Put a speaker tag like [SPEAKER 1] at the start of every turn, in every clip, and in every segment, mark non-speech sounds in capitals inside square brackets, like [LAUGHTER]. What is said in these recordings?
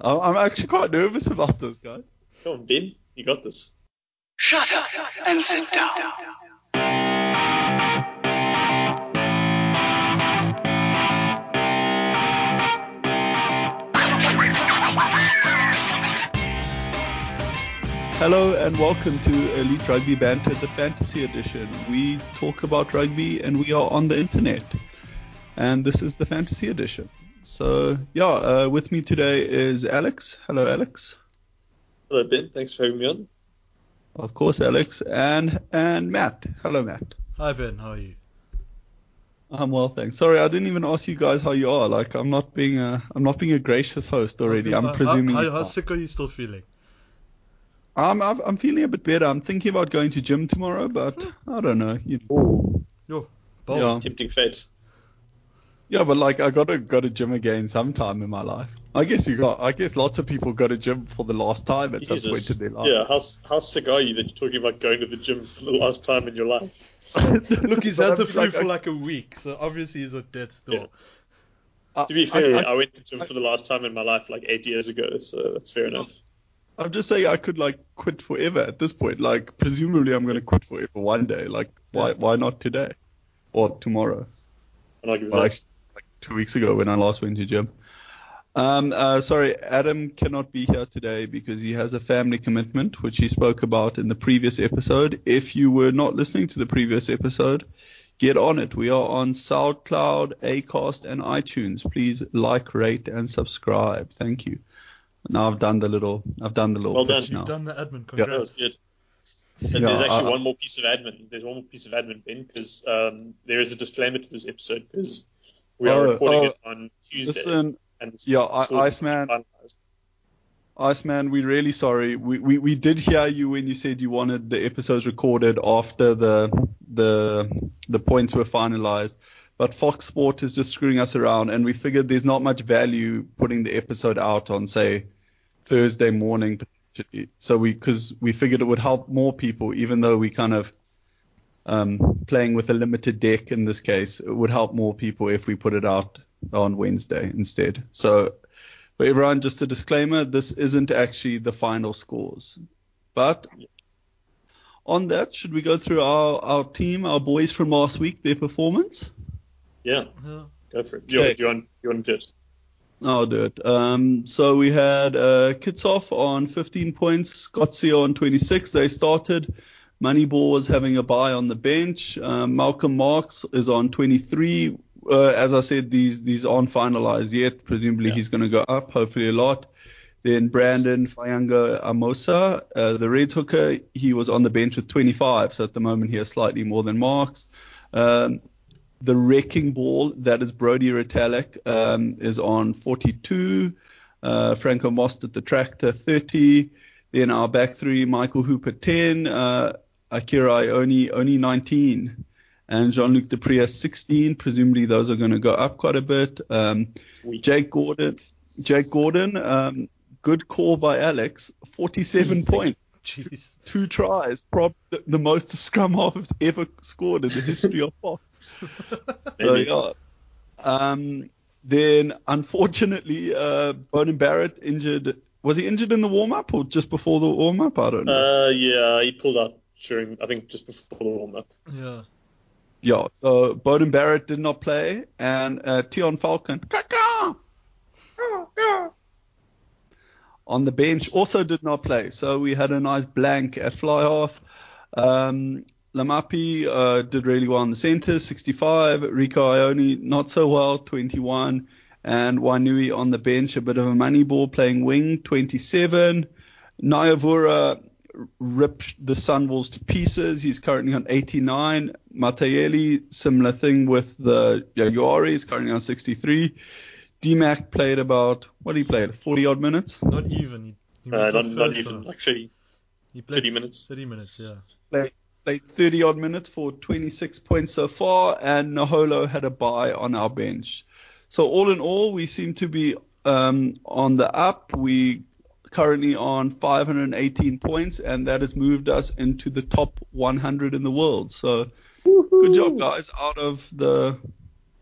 [SPEAKER 1] Uh, I'm I'm actually quite nervous about this, guys.
[SPEAKER 2] Come on, Ben. You got this.
[SPEAKER 3] Shut up and sit down.
[SPEAKER 1] Hello and welcome to Elite Rugby Banter, the fantasy edition. We talk about rugby and we are on the internet. And this is the fantasy edition. So, yeah, uh, with me today is Alex. Hello, Alex.
[SPEAKER 2] Hello, Ben. Thanks for having me on.
[SPEAKER 1] Of course, Alex. And and Matt. Hello, Matt.
[SPEAKER 4] Hi Ben, how are you?
[SPEAKER 1] I'm well, thanks. Sorry, I didn't even ask you guys how you are. Like, I'm not being a I'm not being a gracious host already. I'm
[SPEAKER 4] How-
[SPEAKER 1] presuming.
[SPEAKER 4] How,
[SPEAKER 1] you
[SPEAKER 4] how,
[SPEAKER 1] are.
[SPEAKER 4] sick are you still feeling?
[SPEAKER 1] I'm Um, I've- I'm feeling a bit better. I'm thinking about going to gym tomorrow, but I don't know. You
[SPEAKER 2] Ooh.
[SPEAKER 4] Bold.
[SPEAKER 1] Yeah.
[SPEAKER 2] Tempting fate.
[SPEAKER 1] Yeah, but like I gotta go to gym again sometime in my life. I guess you got. I guess lots of people go to gym for the last time at some point in
[SPEAKER 2] Jesus.
[SPEAKER 1] their life.
[SPEAKER 2] Yeah, how, how sick are you that you're talking about going to the gym for the last time in your life?
[SPEAKER 1] [LAUGHS]
[SPEAKER 4] Look, he's
[SPEAKER 1] But
[SPEAKER 4] had
[SPEAKER 1] I'm
[SPEAKER 4] the
[SPEAKER 1] just
[SPEAKER 4] flu
[SPEAKER 1] like,
[SPEAKER 4] for like a week, so obviously he's at death's door.
[SPEAKER 1] I-
[SPEAKER 2] To be fair, I,
[SPEAKER 1] I, I,
[SPEAKER 2] went to gym for the last time in my life like eight years ago, so that's fair enough.
[SPEAKER 1] I'm just saying I could like quit forever at this point. Like presumably I'm gonna quit forever one day. Like why why not today or tomorrow?
[SPEAKER 2] And I'll give you
[SPEAKER 1] Well,
[SPEAKER 2] that.
[SPEAKER 1] actually, like two weeks ago when I last went to gym. Um, uh, sorry, Adam cannot be here today because he has a family commitment, which he spoke about in the previous episode. If you were not listening to the previous episode, get on it. We are on SoundCloud, Acast, and iTunes. Please like, rate, and subscribe. Thank you. Now I've done the little. I've done the little
[SPEAKER 2] Well
[SPEAKER 1] pitch
[SPEAKER 2] done.
[SPEAKER 4] You've
[SPEAKER 1] now.
[SPEAKER 4] done the admin,
[SPEAKER 2] That was
[SPEAKER 4] congrats.
[SPEAKER 2] good. And
[SPEAKER 1] Yeah,
[SPEAKER 2] there's actually
[SPEAKER 1] I-
[SPEAKER 2] one more piece of admin. There's one more piece of admin, Ben, because um, there is a disclaimer to this episode because we are
[SPEAKER 1] Oh,
[SPEAKER 2] recording
[SPEAKER 1] oh,
[SPEAKER 2] it on Tuesday.
[SPEAKER 1] Listen,
[SPEAKER 2] and it's-
[SPEAKER 1] yeah,
[SPEAKER 2] it's
[SPEAKER 1] I,
[SPEAKER 2] also
[SPEAKER 1] Iceman.
[SPEAKER 2] finalized.
[SPEAKER 1] Iceman, we're really sorry. We, we we did hear you when you said you wanted the episodes recorded after the the the points were finalized. But Fox Sport is just screwing us around, and we figured there's not much value putting the episode out on say Thursday morning potentially. So we because we figured it would help more people, even though we kind of um, playing with a limited deck in this case, it would help more people if we put it out on Wednesday instead. So but everyone, just a disclaimer, this isn't actually the final scores. But on that, should we go through our, our team, our boys from last week, their performance?
[SPEAKER 2] Yeah,
[SPEAKER 4] Yeah.
[SPEAKER 2] go for it. Do you,
[SPEAKER 1] Okay.
[SPEAKER 2] do you want, do you want to do it?
[SPEAKER 1] I'll do it. Um, so we had uh, Kitsoff on 15 points, Scott Seo on 26. They started. Moneyball was having a bye on the bench. Um, Malcolm Marks is on 23. Uh, as I said, these these aren't finalized yet. Presumably
[SPEAKER 2] Yeah.
[SPEAKER 1] he's going to go up, hopefully a lot. Then Brandon Fayanga Amosa, uh, the Reds hooker, he was on the bench with 25. So at the moment he has slightly more than Marks. Um, the wrecking ball that is Brody Retallick um, is on 42. Uh, Franco Most at the tractor 30. Then our back three: Michael Hooper 10, uh, Akira Ione only 19, and Jean-Luc Dupria 16. Presumably those are going to go up quite a bit. Um,
[SPEAKER 2] It's weak.
[SPEAKER 1] Jake Gordon, Jake Gordon, um, good call by Alex. 47 points
[SPEAKER 4] Jeez.
[SPEAKER 1] two tries, prob- the, the most scrum half has ever scored in the history of Fox. so,
[SPEAKER 2] Maybe.
[SPEAKER 1] yeah. um, then, unfortunately, uh, Bonan Barrett injured. Was he injured in the warm up or just before the warm up? I don't know.
[SPEAKER 2] Uh, yeah, he pulled out during, I think, just before the warm up.
[SPEAKER 4] Yeah.
[SPEAKER 1] yeah, so Boden Barrett did not play, and uh, Tion Falcon caw-caw, on the bench also did not play. So we had a nice blank at fly half. Um, Lamapi uh, did really well in the centre, 65. Rico Ione not so well, 21. And Wainui on the bench, a bit of a money ball playing wing, 27. Nayavura ripped the Sunwolves to pieces. He's currently on 89. Matayeli, similar thing with the Jaguari, is currently on 63. DMAC played about, what did he play, 40 odd minutes?
[SPEAKER 4] Not even. He, he
[SPEAKER 2] Uh,
[SPEAKER 4] went
[SPEAKER 2] not,
[SPEAKER 4] off
[SPEAKER 2] not
[SPEAKER 4] Mm, first,
[SPEAKER 2] even
[SPEAKER 4] though.
[SPEAKER 2] like 30,
[SPEAKER 4] He played
[SPEAKER 2] 30 minutes.
[SPEAKER 4] 30 minutes, yeah.
[SPEAKER 1] Played 30 odd minutes for 26 points so far, and Naholo had a bye on our bench. So, all in all, we seem to be um, on the up. We currently on 518 points, and that has moved us into the top 100 in the world. So, Good job, guys. Out of the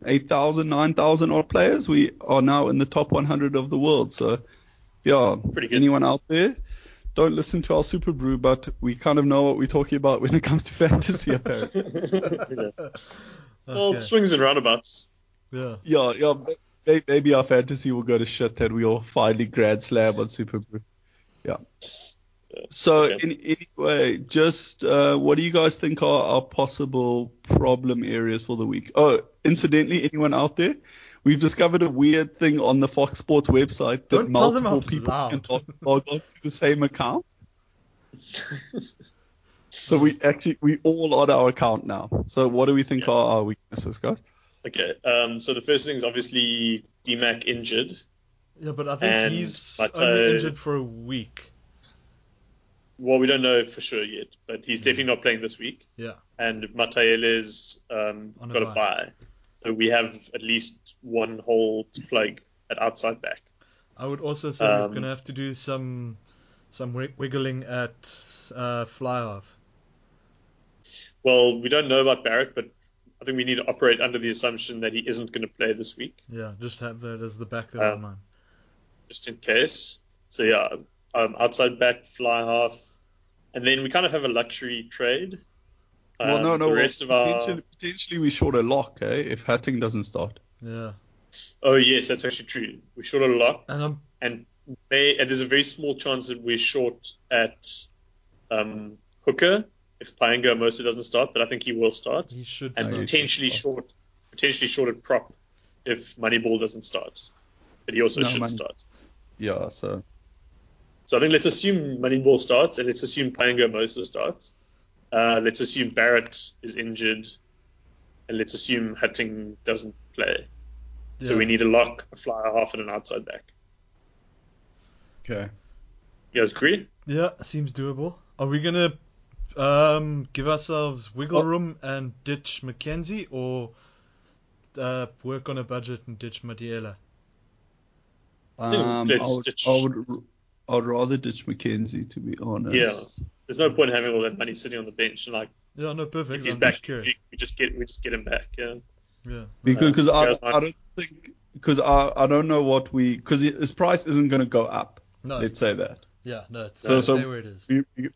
[SPEAKER 1] 8,000, 9,000 odd players, we are now in the top 100 of the world. So yeah,
[SPEAKER 2] Pretty good.
[SPEAKER 1] anyone out there, don't listen to our Super Brew, but we kind of know what we're talking about when it comes to [LAUGHS] fantasy, apparently.
[SPEAKER 2] [LAUGHS] Yeah. Well,
[SPEAKER 4] Okay.
[SPEAKER 2] it swings and roundabouts. [LAUGHS]
[SPEAKER 4] Yeah.
[SPEAKER 1] yeah, yeah. may- Maybe our fantasy will go to shit that we all finally grad slab on Super Brew. Yeah. So
[SPEAKER 2] Okay.
[SPEAKER 1] in, anyway, just uh, what do you guys think are our possible problem areas for the week? Oh, incidentally, anyone out there, we've discovered a weird thing on the Fox Sports website that
[SPEAKER 4] Don't tell them
[SPEAKER 1] multiple
[SPEAKER 4] out
[SPEAKER 1] people
[SPEAKER 4] loud.
[SPEAKER 1] can log- log on to the same account. So we actually we all on our account now. So what do we think are our weaknesses, guys?
[SPEAKER 2] Okay, um, so the first thing is obviously DMAC injured.
[SPEAKER 4] Yeah, but I think
[SPEAKER 2] And
[SPEAKER 4] he's
[SPEAKER 2] Mateo-
[SPEAKER 4] only injured for a week.
[SPEAKER 2] Well, we don't know for sure yet, but
[SPEAKER 4] Mm.
[SPEAKER 2] he's definitely not playing this week.
[SPEAKER 4] Yeah.
[SPEAKER 2] And Mataele's um,
[SPEAKER 4] On a
[SPEAKER 2] got a
[SPEAKER 4] bye.
[SPEAKER 2] bye. So we have at least one hole to plug at outside back.
[SPEAKER 4] I would also say
[SPEAKER 2] Um,
[SPEAKER 4] we're gonna have to do some some wi- wiggling at uh, fly off.
[SPEAKER 2] Well, we don't know about Barrett, but I think we need to operate under the assumption that he isn't going to play this week,
[SPEAKER 4] Yeah, just have that as the back of
[SPEAKER 2] Uh,
[SPEAKER 4] our mind.
[SPEAKER 2] just in case. So yeah, um, outside back, fly half, and then we kind of have a luxury trade.
[SPEAKER 1] well,
[SPEAKER 2] Um,
[SPEAKER 1] no, no.
[SPEAKER 2] The
[SPEAKER 1] well,
[SPEAKER 2] rest of our
[SPEAKER 1] potentially, potentially we short a lock, eh? If Hatting doesn't start.
[SPEAKER 4] Yeah,
[SPEAKER 2] oh yes, that's actually true. We short a lock.
[SPEAKER 4] and I'm
[SPEAKER 2] and may, and there's a very small chance that we're short at um, hooker if Payenga Mosa doesn't start, but I think he will start,
[SPEAKER 4] he should.
[SPEAKER 2] and
[SPEAKER 1] Okay.
[SPEAKER 4] start.
[SPEAKER 2] potentially short, potentially short at prop if Moneyball doesn't start, but he also
[SPEAKER 1] No,
[SPEAKER 2] should
[SPEAKER 1] Money-
[SPEAKER 2] start.
[SPEAKER 1] Yeah. So
[SPEAKER 2] So I think let's assume Moneyball starts, and let's assume Payenga Mosa starts. Uh, let's assume Barrett is injured, and let's assume Hutting doesn't play. So
[SPEAKER 4] Yeah.
[SPEAKER 2] we need a lock, a flyer half, and an outside back.
[SPEAKER 1] okay.
[SPEAKER 2] You guys agree?
[SPEAKER 4] Yeah, seems doable. Are we gonna um, give ourselves wiggle
[SPEAKER 1] Oh.
[SPEAKER 4] room and ditch Mackenzie, or uh, work on a budget and ditch Madiela?
[SPEAKER 1] Um, I,
[SPEAKER 2] let's
[SPEAKER 1] would,
[SPEAKER 2] ditch-
[SPEAKER 1] I would. I would rather ditch McKenzie, to be honest.
[SPEAKER 2] Yeah. There's no point having all that money sitting on the bench and like.
[SPEAKER 4] Yeah, no, perfect.
[SPEAKER 2] if he's
[SPEAKER 4] I'm
[SPEAKER 2] back,
[SPEAKER 4] just curious.
[SPEAKER 2] we we just get we just get him back. Yeah,
[SPEAKER 4] Yeah,
[SPEAKER 1] Because cause I,
[SPEAKER 2] Guys, I-
[SPEAKER 1] I don't think because I, I don't know what we because his price isn't going to go up.
[SPEAKER 4] no,
[SPEAKER 1] Let's say that
[SPEAKER 4] yeah, no. It's,
[SPEAKER 1] So-
[SPEAKER 4] so,
[SPEAKER 1] so-
[SPEAKER 4] where it is.
[SPEAKER 1] we, we,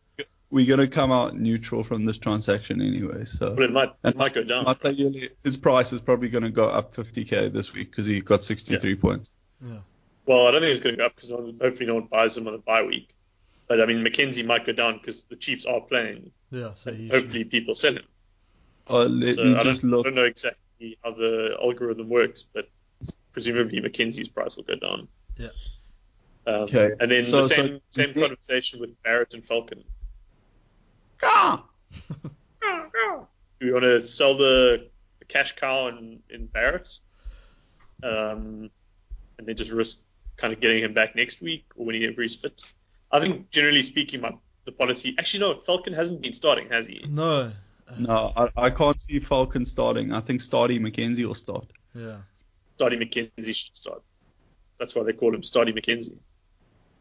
[SPEAKER 1] we're going to come out neutral from this transaction anyway. So.
[SPEAKER 2] but it might
[SPEAKER 1] And
[SPEAKER 2] it might go down.
[SPEAKER 1] Matayele, his price is probably going to go up 50k this week because he got 63 points.
[SPEAKER 2] Well, I don't think it's going to go up because no one, hopefully no one buys him on a bye week. But I mean, McKenzie might go down because the Chiefs are playing.
[SPEAKER 4] Yeah, so he should-
[SPEAKER 2] Hopefully, people sell him.
[SPEAKER 1] Uh, let
[SPEAKER 2] so
[SPEAKER 1] me
[SPEAKER 2] I
[SPEAKER 1] just
[SPEAKER 2] don't,
[SPEAKER 1] look.
[SPEAKER 2] don't know exactly how the algorithm works, but presumably McKenzie's price will go down.
[SPEAKER 4] Yeah.
[SPEAKER 2] Um,
[SPEAKER 1] Okay.
[SPEAKER 2] And then
[SPEAKER 1] So-
[SPEAKER 2] the
[SPEAKER 1] so-
[SPEAKER 2] same same conversation with Barrett and Falcon.
[SPEAKER 1] Ah!
[SPEAKER 2] Do we want to sell the, the cash cow in, in Barrett? Um, and then just risk kind of getting him back next week or whenever he's fit. I think, generally speaking, my, the policy. Actually, no, Falcon hasn't been starting, has he?
[SPEAKER 4] no.
[SPEAKER 1] No, I, I can't see Falcon starting. I think Stardy McKenzie will start.
[SPEAKER 4] Yeah,
[SPEAKER 2] Stardy McKenzie should start. That's why they call him Stardy McKenzie.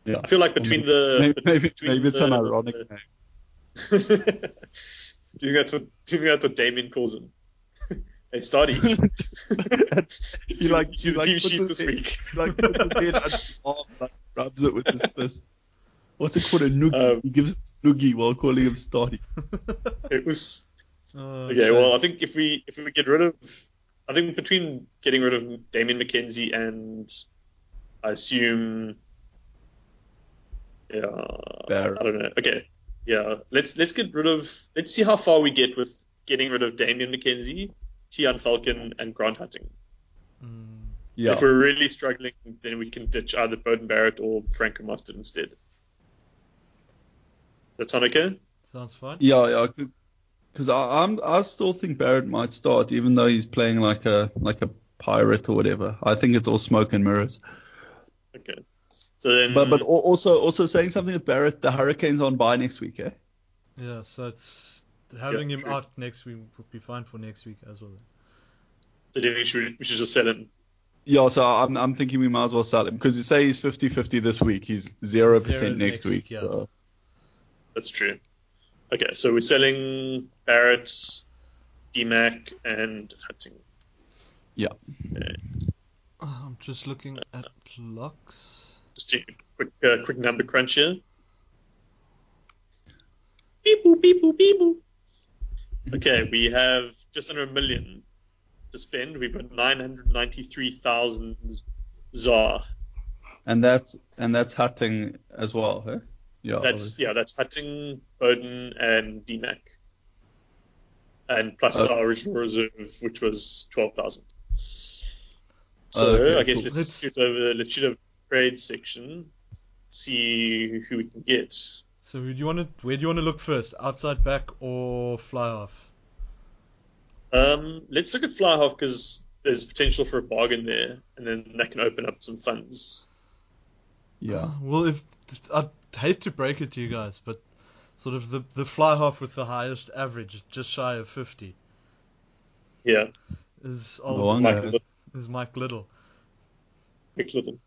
[SPEAKER 1] Yeah.
[SPEAKER 2] I feel like between the.
[SPEAKER 1] Maybe, maybe,
[SPEAKER 2] between
[SPEAKER 1] maybe it's an
[SPEAKER 2] the- [LAUGHS]
[SPEAKER 1] ironic
[SPEAKER 2] the-
[SPEAKER 1] name.
[SPEAKER 2] do you think that's what do you think that's what Damien calls him? [LAUGHS]
[SPEAKER 1] [LAUGHS]
[SPEAKER 2] hey, Stardy.
[SPEAKER 1] He
[SPEAKER 2] you
[SPEAKER 1] like-
[SPEAKER 2] see
[SPEAKER 1] he
[SPEAKER 2] [LAUGHS] the
[SPEAKER 1] like
[SPEAKER 2] team
[SPEAKER 1] puts
[SPEAKER 2] sheet
[SPEAKER 1] his
[SPEAKER 2] this
[SPEAKER 1] head-
[SPEAKER 2] week.
[SPEAKER 1] [LAUGHS] Like, puts his head under his arm, like, rubs it with his fist. What's it called? A noogie.
[SPEAKER 2] Um,
[SPEAKER 1] he gives it a noogie while calling him Stardy. [LAUGHS]
[SPEAKER 2] It was
[SPEAKER 4] Oh,
[SPEAKER 2] okay.
[SPEAKER 4] shit.
[SPEAKER 2] Well, I think if we if we get rid of, I think between getting rid of Damien McKenzie and I assume, yeah, I
[SPEAKER 1] Barrett.
[SPEAKER 2] don't know. Okay, yeah. Let's let's get rid of. Let's see how far we get with getting rid of Damien McKenzie, Tian Falcon, and Grant Hunting.
[SPEAKER 4] Mm,
[SPEAKER 1] Yeah.
[SPEAKER 2] If we're really struggling, then we can ditch either Bowden Barrett or Franco Mustard instead. That sound okay?
[SPEAKER 4] sounds fine.
[SPEAKER 1] Yeah, yeah. Because I, I'm, I still think Barrett might start, even though he's playing like a like a pirate or whatever. I think it's all smoke and mirrors.
[SPEAKER 2] Okay. So then,
[SPEAKER 1] But but al- also also saying something with Barrett, the Hurricanes on by next week, eh?
[SPEAKER 4] Yeah, so it's having him
[SPEAKER 2] true.
[SPEAKER 4] out next week would be fine for next week as well.
[SPEAKER 2] so then we, should, we should just sell him.
[SPEAKER 1] Yeah, so I'm, I'm thinking we might as well sell him because you say he's 50-50 this week, he's zero
[SPEAKER 4] Zero
[SPEAKER 1] percent next
[SPEAKER 4] next
[SPEAKER 1] week.
[SPEAKER 4] week, yeah.
[SPEAKER 1] so-
[SPEAKER 2] That's true. Okay, so we're selling Barrett, DMAC, and Hunting.
[SPEAKER 1] Yeah.
[SPEAKER 4] I'm just looking at locks.
[SPEAKER 2] Just a quick, uh, quick number crunch here. Beep boop, beep boop, beep boop.
[SPEAKER 1] Mm-hmm.
[SPEAKER 2] Okay, we have just under a million to spend. We've got 993,000 ZAR.
[SPEAKER 1] And that's and that's hutting as well, huh? Yeah.
[SPEAKER 2] That's, yeah, that's Hutting, Bowden, and DMAC. And plus
[SPEAKER 1] Okay.
[SPEAKER 2] our original reserve, which was 12,000. So
[SPEAKER 1] Okay,
[SPEAKER 2] I guess
[SPEAKER 1] cool.
[SPEAKER 2] let's,
[SPEAKER 4] Let's-
[SPEAKER 2] shoot over, let's shoot over the trade section, see who we can get.
[SPEAKER 4] So who do you want to? Where do you want to look first? Outside back or fly half?
[SPEAKER 2] Um, let's look at Flyhoff because there's potential for a bargain there, and then that can open up some funds.
[SPEAKER 1] yeah.
[SPEAKER 4] Well, if I'd hate to break it to you guys, but sort of the the fly half with the highest average, just shy of fifty,
[SPEAKER 2] Yeah,
[SPEAKER 4] is
[SPEAKER 1] No
[SPEAKER 4] old,
[SPEAKER 1] wonder.
[SPEAKER 2] Mike Little,
[SPEAKER 4] is Mike Little.
[SPEAKER 2] Mike Little.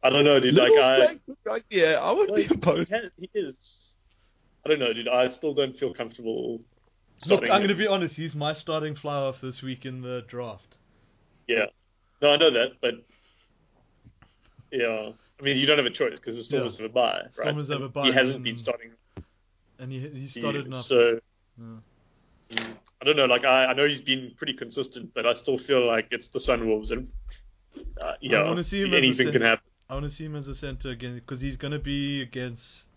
[SPEAKER 2] I don't know, dude. Like,
[SPEAKER 1] Little's
[SPEAKER 2] I,
[SPEAKER 1] playing good rugby, yeah, I would be
[SPEAKER 2] Like,
[SPEAKER 1] opposed.
[SPEAKER 2] he has- he is. I don't know, dude. I still don't feel comfortable.
[SPEAKER 4] Look,
[SPEAKER 2] starting
[SPEAKER 4] I'm going to
[SPEAKER 2] him.
[SPEAKER 4] be honest. He's my starting fly half this week in the draft.
[SPEAKER 2] No, I know that, but yeah. I mean, you don't have a choice because the
[SPEAKER 4] Yeah.
[SPEAKER 2] Stormers have a bye, right?
[SPEAKER 4] Stormers have a
[SPEAKER 2] And
[SPEAKER 4] bye,
[SPEAKER 2] He hasn't
[SPEAKER 4] and-
[SPEAKER 2] been starting.
[SPEAKER 4] And he, he
[SPEAKER 2] the
[SPEAKER 4] started
[SPEAKER 2] year,
[SPEAKER 4] enough.
[SPEAKER 2] So
[SPEAKER 4] Yeah.
[SPEAKER 2] Mm. I don't know. Like I, I know he's been pretty consistent, but I still feel like it's the Sunwolves, and uh, yeah,
[SPEAKER 4] wanna see him as a
[SPEAKER 2] anything can
[SPEAKER 4] cent-
[SPEAKER 2] happen.
[SPEAKER 4] I want to see him as a center again because he's going to be against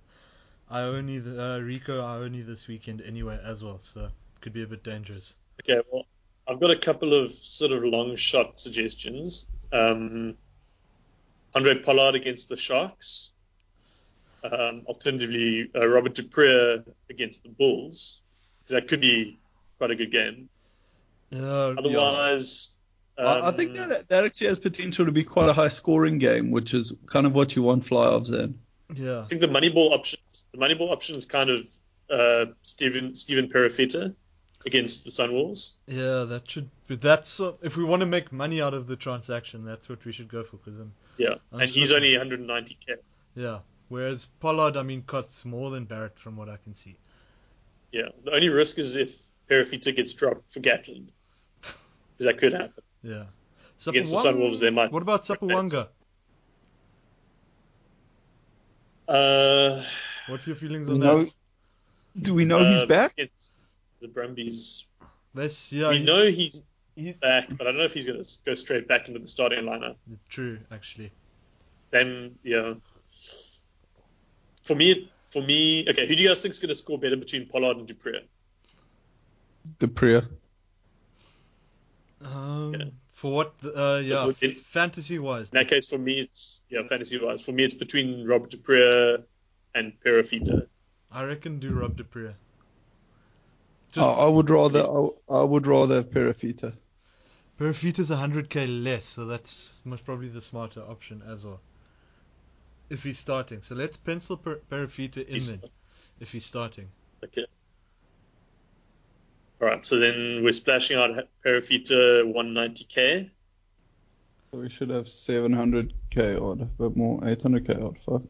[SPEAKER 4] Ione, th- uh, Rico Ione this weekend anyway as well. So could be a bit dangerous.
[SPEAKER 2] Okay, well, I've got a couple of sort of long shot suggestions. Um, Andre Pollard against the Sharks. Um, alternatively, uh, Robert Dupree against the Bulls, because that could be quite a good game.
[SPEAKER 4] Yeah,
[SPEAKER 2] Otherwise,
[SPEAKER 1] I, I think
[SPEAKER 2] um,
[SPEAKER 1] that that actually has potential to be quite a high scoring game, which is kind of what you want fly offs in.
[SPEAKER 4] yeah,
[SPEAKER 2] I think the Moneyball option, the Moneyball option is kind of uh, Stephen Stephen Perifeta against the Sunwolves.
[SPEAKER 4] yeah. That should. Be, that's uh, if we want to make money out of the transaction, that's what we should go for. Because
[SPEAKER 2] Yeah,
[SPEAKER 4] I'm
[SPEAKER 2] and he's
[SPEAKER 4] sure.
[SPEAKER 2] only 190k.
[SPEAKER 4] yeah. Whereas Pollard, I mean, costs more than Barrett from what I can see.
[SPEAKER 2] Yeah, the only risk is if Perifeta gets dropped for Gatland, because that could happen
[SPEAKER 4] Yeah.
[SPEAKER 2] against the
[SPEAKER 4] Sapawang-
[SPEAKER 2] Sunwolves. They might.
[SPEAKER 4] What about Sapawanga?
[SPEAKER 2] Uh,
[SPEAKER 4] What's your feelings
[SPEAKER 1] Do we
[SPEAKER 4] on
[SPEAKER 1] know,
[SPEAKER 4] that?
[SPEAKER 1] do we know
[SPEAKER 2] uh,
[SPEAKER 1] Oh, he's back?
[SPEAKER 2] against The Brumbies.
[SPEAKER 4] That's yeah.
[SPEAKER 2] we
[SPEAKER 4] he-
[SPEAKER 2] know he's
[SPEAKER 4] he-
[SPEAKER 2] back, but I don't know if he's going to go straight back into the starting lineup.
[SPEAKER 4] true, actually.
[SPEAKER 2] Then, yeah. For me, for me, okay. Who do you guys think is going to score better between Pollard and Dupree?
[SPEAKER 1] The prayer.
[SPEAKER 4] Um,
[SPEAKER 2] Yeah.
[SPEAKER 4] For what? the- Uh, yeah.
[SPEAKER 2] what it-
[SPEAKER 4] Fantasy wise,
[SPEAKER 2] In that case, for me, it's yeah, fantasy wise. For me, it's between Robert Dupree and Perafita.
[SPEAKER 4] I reckon do Rob Dupree.
[SPEAKER 1] I, I would rather I, I would rather have Perafita.
[SPEAKER 4] Perafita's 100k less, so that's most probably the smarter option as well. If he's starting, so let's pencil per- Perafita in
[SPEAKER 2] He's-
[SPEAKER 4] then. If he's starting,
[SPEAKER 2] Okay. All right, so then we're splashing out Perafita 190k.
[SPEAKER 1] So we should have 700k odd, but more 800k odd. Fuck.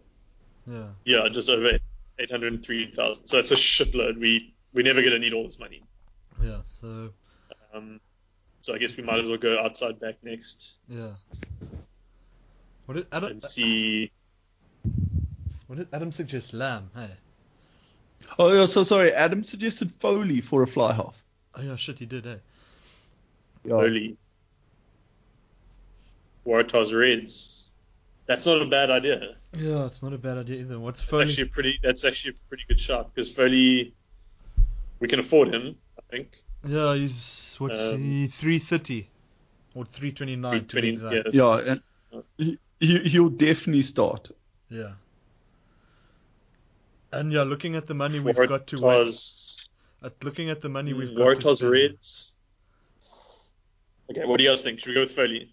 [SPEAKER 4] yeah,
[SPEAKER 2] Yeah, just over 803,000. So it's a shitload. We we're never gonna need all this money.
[SPEAKER 4] yeah. So
[SPEAKER 2] Um, so I guess we might as well go outside back next
[SPEAKER 4] yeah. What did Adam?
[SPEAKER 2] and see.
[SPEAKER 4] What did Adam suggest? Lamb. Hey.
[SPEAKER 1] Oh, yeah, so sorry. Adam suggested Foley for a fly half.
[SPEAKER 4] Oh yeah, shit, he did. Hey.
[SPEAKER 2] Holy. Waratahs Reds. That's not a bad idea.
[SPEAKER 4] Yeah, it's not a bad idea either. What's
[SPEAKER 2] That's
[SPEAKER 4] Foley?
[SPEAKER 2] actually a pretty. That's actually a pretty good shot because Foley, we can afford him. I think.
[SPEAKER 4] Yeah, he's what's
[SPEAKER 2] Um,
[SPEAKER 4] he? Three thirty, or three twenty nine Ah, to be
[SPEAKER 2] 320,
[SPEAKER 4] exact.
[SPEAKER 2] yeah.
[SPEAKER 1] Yeah, and he, he, he'll definitely start.
[SPEAKER 4] Yeah. And yeah, looking at the money we've got to wait.
[SPEAKER 2] Waratahs,
[SPEAKER 4] At looking at the money we've got to
[SPEAKER 2] Waratahs
[SPEAKER 4] spend.
[SPEAKER 2] Reds. Okay, what do you guys think? Should we go with Foley?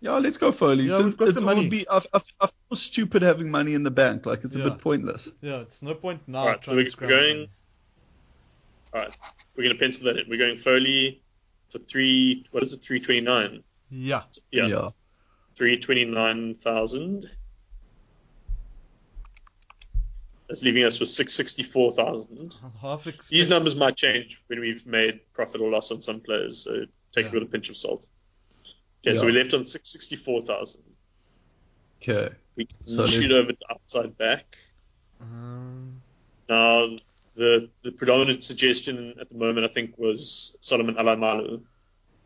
[SPEAKER 1] Yeah, let's go Foley.
[SPEAKER 4] Yeah,
[SPEAKER 1] So
[SPEAKER 4] we've got
[SPEAKER 1] it
[SPEAKER 4] the
[SPEAKER 1] it
[SPEAKER 4] money.
[SPEAKER 1] would be. I, I, I feel stupid having money in the bank. Like it's
[SPEAKER 4] Yeah.
[SPEAKER 1] a bit pointless.
[SPEAKER 4] Yeah, it's no point now.
[SPEAKER 2] Alright, so
[SPEAKER 4] trying
[SPEAKER 2] we're
[SPEAKER 4] to scramble
[SPEAKER 2] going-
[SPEAKER 4] money.
[SPEAKER 2] All right, we're going to pencil that in. We're going Foley for three. What is it? Three twenty nine.
[SPEAKER 4] Yeah,
[SPEAKER 2] Yeah,
[SPEAKER 1] yeah.
[SPEAKER 2] three twenty nine thousand. That's leaving us with six sixty four thousand.
[SPEAKER 4] half expect-
[SPEAKER 2] These numbers might change when we've made profit or loss on some players, so take
[SPEAKER 4] Yeah.
[SPEAKER 2] it with a pinch of salt. Okay, so
[SPEAKER 1] Yeah.
[SPEAKER 2] we left on 664,000.
[SPEAKER 1] Okay.
[SPEAKER 2] We can
[SPEAKER 1] So
[SPEAKER 2] shoot
[SPEAKER 1] let's-
[SPEAKER 2] over the outside back.
[SPEAKER 4] Um,
[SPEAKER 2] Now, the the predominant suggestion at the moment, I think, was Solomon Alamalu.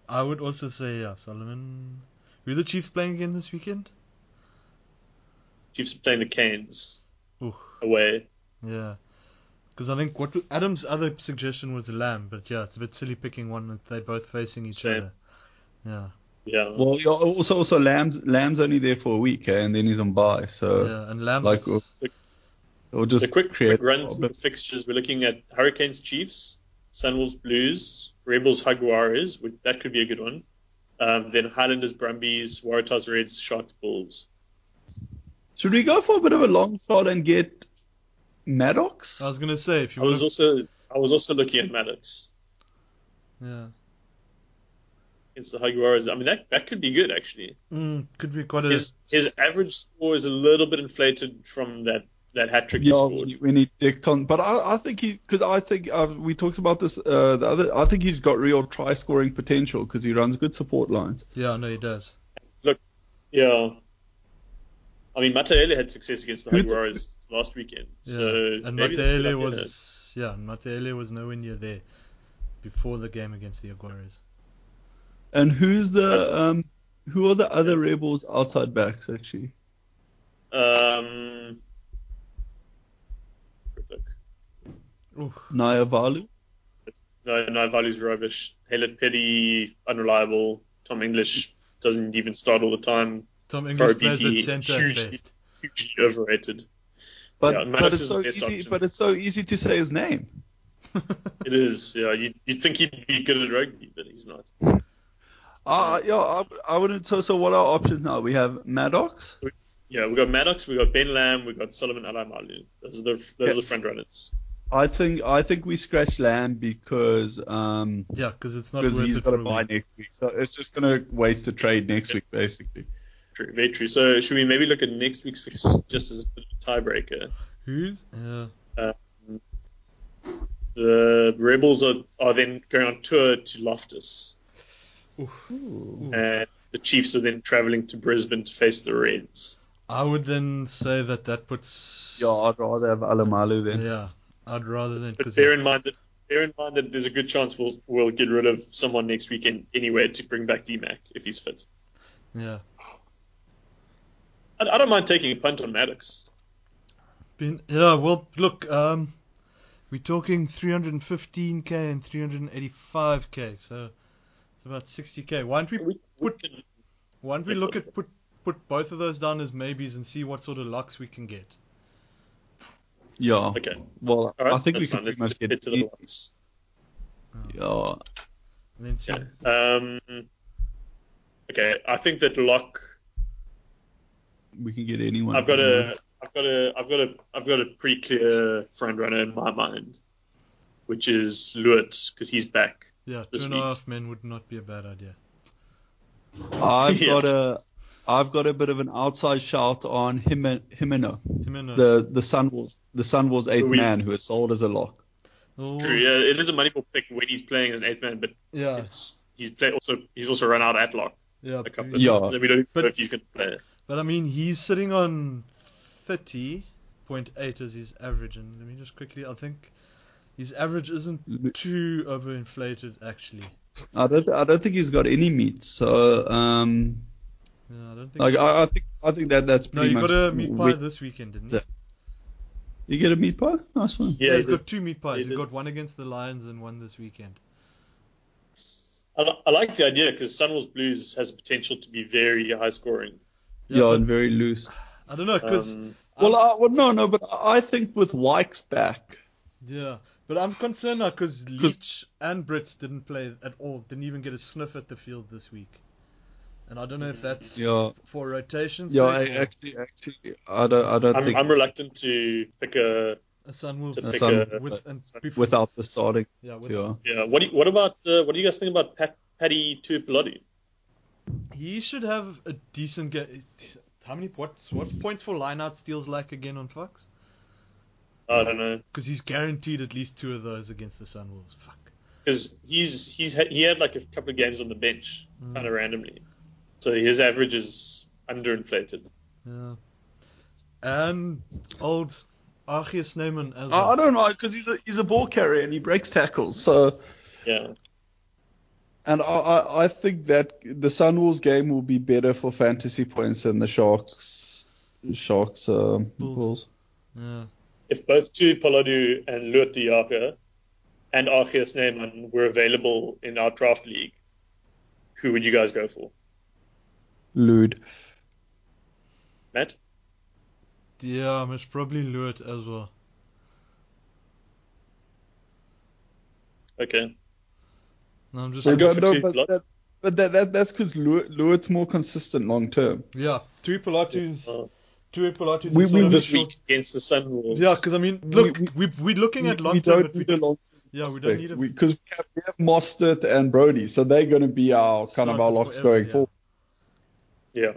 [SPEAKER 4] I would also say yeah, Solomon. Who are the Chiefs playing again this weekend?
[SPEAKER 2] Chiefs are playing the Canes
[SPEAKER 4] Ooh.
[SPEAKER 2] away.
[SPEAKER 4] Yeah, because I think what Adam's other suggestion was Lamb, but yeah, it's a bit silly picking one if they're both facing each
[SPEAKER 2] Same.
[SPEAKER 4] other. Yeah,
[SPEAKER 2] Yeah.
[SPEAKER 1] Well, yeah, also also Lamb's Lamb's only there for a week, eh, and then he's on bye. So
[SPEAKER 4] yeah, and Lamb.
[SPEAKER 1] like, uh, it'll just
[SPEAKER 2] the quick,
[SPEAKER 1] create
[SPEAKER 2] quick run through the
[SPEAKER 1] problems.
[SPEAKER 2] fixtures we're looking at Hurricanes Chiefs, Sunwolves Blues, Rebels Jaguares, which- that could be a good one. Um, then Highlanders Brumbies, Waratahs Reds, Sharks Bulls.
[SPEAKER 1] Should we go for a bit of a long shot and get Maddox?
[SPEAKER 4] I was gonna say if you
[SPEAKER 2] I was
[SPEAKER 4] want,
[SPEAKER 2] also I was also looking at Maddox
[SPEAKER 4] yeah,
[SPEAKER 2] against the Jaguares. I mean that that could be good actually.
[SPEAKER 4] mm, could be quite a
[SPEAKER 2] His his average score is a little bit inflated from that that hat trick he
[SPEAKER 1] Yeah,
[SPEAKER 2] scored.
[SPEAKER 1] when he- when he dicked on, but I, I think he because I think uh, we talked about this uh, the other. I think he's got real try scoring potential because he runs good support lines.
[SPEAKER 4] yeah. I know he does.
[SPEAKER 2] Yeah. I mean, Mataele had success against the
[SPEAKER 1] Who's-
[SPEAKER 2] Jaguares last weekend,
[SPEAKER 4] Yeah,
[SPEAKER 2] so
[SPEAKER 4] and
[SPEAKER 2] maybe that's a good
[SPEAKER 4] Matele
[SPEAKER 2] idea.
[SPEAKER 4] was yeah, and Matele was nowhere near there before the game against the Jaguares.
[SPEAKER 1] And who's the um, who are the other rebels outside backs actually?
[SPEAKER 2] Um, quick look.
[SPEAKER 4] Ooh,
[SPEAKER 1] Nayavalu.
[SPEAKER 2] no, no values rubbish. Haled Petty, unreliable. Tom English doesn't even start all the time.
[SPEAKER 4] Tom
[SPEAKER 2] Pro
[SPEAKER 4] English plays at
[SPEAKER 2] BT,
[SPEAKER 4] centre at
[SPEAKER 2] hugely,
[SPEAKER 4] best.
[SPEAKER 2] hugely overrated.
[SPEAKER 1] But,
[SPEAKER 2] Yeah, Maddox
[SPEAKER 1] but
[SPEAKER 2] is
[SPEAKER 1] it's so
[SPEAKER 2] the best
[SPEAKER 1] easy.
[SPEAKER 2] option.
[SPEAKER 1] But it's so easy to say his name.
[SPEAKER 2] It is, yeah. You'd, you'd think he'd be good at rugby, but he's not.
[SPEAKER 1] Uh, yeah, I, I wouldn't. So, so what are our options now? We have Maddox.
[SPEAKER 2] Yeah, we got Maddox, we got Ben Lamb, we got Solomon Alamalu. Those are the those
[SPEAKER 1] Yeah.
[SPEAKER 2] are the front runners.
[SPEAKER 1] I think I think we scratch Lamb because um
[SPEAKER 4] [LAUGHS] yeah, because it's not
[SPEAKER 1] because
[SPEAKER 4] worth
[SPEAKER 1] he's
[SPEAKER 4] it for
[SPEAKER 1] got to
[SPEAKER 4] a
[SPEAKER 1] buy
[SPEAKER 4] week.
[SPEAKER 1] next week, so it's just gonna waste a trade next week basically.
[SPEAKER 2] True, very true. So should we maybe look at next week's fixtures just as a bit of a tiebreaker?
[SPEAKER 4] Who's? Yeah,
[SPEAKER 2] The Rebels are, are then going on tour to Loftus,
[SPEAKER 1] Mm.
[SPEAKER 2] and Uh, the Chiefs are then travelling to Brisbane to face the Reds.
[SPEAKER 4] I would then say that that puts
[SPEAKER 1] Yeah, I'd rather have Alamalu then.
[SPEAKER 4] yeah. I'd rather than
[SPEAKER 2] But
[SPEAKER 4] because
[SPEAKER 2] bear in mind that bear in mind that there's a good chance we'll we'll get rid of someone next weekend anyway to bring back DMAC if he's fit.
[SPEAKER 4] yeah,
[SPEAKER 2] I, I don't mind taking a punt on Maddox.
[SPEAKER 4] Been, yeah, well, look, um, we're talking 315k and 385k, so it's about 60k. Why don't we,
[SPEAKER 2] We, we
[SPEAKER 4] put,
[SPEAKER 2] can,
[SPEAKER 4] why don't we
[SPEAKER 2] Yes,
[SPEAKER 4] look
[SPEAKER 2] sir.
[SPEAKER 4] at put put both of those down as maybes and see what sort of locks we can get?
[SPEAKER 1] Yeah.
[SPEAKER 2] okay,
[SPEAKER 1] Well,
[SPEAKER 2] all right.
[SPEAKER 1] I think we
[SPEAKER 2] that's
[SPEAKER 1] can
[SPEAKER 2] fine.
[SPEAKER 1] pretty
[SPEAKER 2] Let's,
[SPEAKER 1] much
[SPEAKER 2] let's
[SPEAKER 1] get.
[SPEAKER 2] head to the lines.
[SPEAKER 1] yeah.
[SPEAKER 4] And then see.
[SPEAKER 2] Yeah. Um, okay, I think that lock.
[SPEAKER 1] We can get anyone.
[SPEAKER 2] I've got a, I've got a, I've got a, I've got a pretty clear front runner in my mind, which is Lewitt because he's back.
[SPEAKER 4] Yeah,
[SPEAKER 2] This
[SPEAKER 4] two and a
[SPEAKER 2] week.
[SPEAKER 4] half men would not be a bad idea.
[SPEAKER 1] I've
[SPEAKER 2] [LAUGHS] Yeah.
[SPEAKER 1] got a. I've got a bit of an outside shout on Hime- Himeno,
[SPEAKER 4] Jimeno.
[SPEAKER 1] the the Sunwolves, the Sunwolves eighth
[SPEAKER 2] We-
[SPEAKER 1] man who is sold as a lock.
[SPEAKER 4] oh,
[SPEAKER 2] True, yeah, it is a moneyball pick when he's playing as an eighth man, but
[SPEAKER 4] yeah,
[SPEAKER 2] it's, he's play also he's also run out at lock
[SPEAKER 4] yeah,
[SPEAKER 2] a couple. Of,
[SPEAKER 4] yeah.
[SPEAKER 1] Yeah.
[SPEAKER 2] so we don't even
[SPEAKER 4] But-
[SPEAKER 2] know if he's going to play.
[SPEAKER 4] But I mean, he's sitting on 30.8 as his average, and let me just quickly, I think his average isn't too overinflated actually.
[SPEAKER 1] I don't. I don't think he's got any meat. So, um,
[SPEAKER 4] Yeah, I don't think.
[SPEAKER 1] like I, I think. I think that that's
[SPEAKER 4] no,
[SPEAKER 1] pretty
[SPEAKER 4] you
[SPEAKER 1] much.
[SPEAKER 4] got a meat pie
[SPEAKER 1] we-
[SPEAKER 4] this weekend, didn't you?
[SPEAKER 1] Yeah. you get a meat pie. Nice one.
[SPEAKER 4] Yeah,
[SPEAKER 2] Yeah,
[SPEAKER 4] he's got two meat pies.
[SPEAKER 2] he
[SPEAKER 4] He's
[SPEAKER 2] did.
[SPEAKER 4] got one against the Lions and one this weekend.
[SPEAKER 2] I, li- I like the idea because Sunwolves Blues has potential to be very high scoring.
[SPEAKER 1] Yeah,
[SPEAKER 4] but
[SPEAKER 1] and very loose.
[SPEAKER 4] I don't know, cause
[SPEAKER 2] Um,
[SPEAKER 1] Well, I, well, no, no, but I think with Wykes back,
[SPEAKER 4] yeah, but I'm concerned now because Leach and Brits didn't play at all. Didn't even get a sniff at the field this week, and I don't know if that's
[SPEAKER 1] Yeah.
[SPEAKER 4] for rotations.
[SPEAKER 1] yeah, I,
[SPEAKER 4] sake or
[SPEAKER 1] actually, actually, I don't, I don't
[SPEAKER 2] I'm,
[SPEAKER 1] think
[SPEAKER 2] I'm reluctant to pick a.
[SPEAKER 4] a Sunwolves
[SPEAKER 2] to
[SPEAKER 1] a
[SPEAKER 2] pick
[SPEAKER 1] Sun-
[SPEAKER 2] a,
[SPEAKER 4] with and bef-
[SPEAKER 1] without the starting.
[SPEAKER 4] yeah, with,
[SPEAKER 1] Yeah.
[SPEAKER 2] Yeah. What do you, what about uh, what do you guys think about Pat, Paddy Tupelotti?
[SPEAKER 4] he should have a decent game. How many what what points for lineout steals like again on Fox?
[SPEAKER 2] I don't know
[SPEAKER 4] Because he's guaranteed at least two of those against the Sunwolves. Fuck.
[SPEAKER 2] because he's he's had, he had like a couple of games on the bench
[SPEAKER 4] Mm.
[SPEAKER 2] kind of randomly, so his average is underinflated.
[SPEAKER 4] Yeah. And old Arceus Naaman as well.
[SPEAKER 1] I, I don't know because he's a he's a ball carrier and he breaks tackles. So
[SPEAKER 2] Yeah.
[SPEAKER 1] and I, I I think that the Sunwolves game will be better for fantasy points than the Sharks Sharks um, Bulls.
[SPEAKER 4] Bulls. Yeah.
[SPEAKER 2] If both Tupoladu and Luot Diaka and Arceus Naaman were available in our draft league, who would you guys go for?
[SPEAKER 1] Lude.
[SPEAKER 2] Matt?
[SPEAKER 4] Yeah, I must probably lure it as well.
[SPEAKER 2] Okay.
[SPEAKER 4] No, I'm just
[SPEAKER 1] We don't
[SPEAKER 2] go for
[SPEAKER 1] know,
[SPEAKER 2] two
[SPEAKER 1] but,
[SPEAKER 2] blocks.
[SPEAKER 1] that, but that, that that's because Lure's more consistent long term.
[SPEAKER 4] yeah, three Pilates,
[SPEAKER 2] Uh,
[SPEAKER 4] two Pilates.
[SPEAKER 1] We-
[SPEAKER 4] is
[SPEAKER 1] we-
[SPEAKER 4] sort of
[SPEAKER 2] this
[SPEAKER 4] short-
[SPEAKER 2] week against the Sunwolves.
[SPEAKER 4] Yeah, because I mean, look, we, we, we're looking
[SPEAKER 1] We,
[SPEAKER 4] at
[SPEAKER 1] we
[SPEAKER 4] long
[SPEAKER 1] don't
[SPEAKER 4] term, but we
[SPEAKER 1] need a long
[SPEAKER 4] yeah, we don't need a
[SPEAKER 1] because we, have, we have Mostert and Brody, so they're going to be our kind of
[SPEAKER 4] Starter
[SPEAKER 1] our locks
[SPEAKER 4] forever,
[SPEAKER 1] going
[SPEAKER 4] yeah.
[SPEAKER 1] forward.
[SPEAKER 2] Yeah.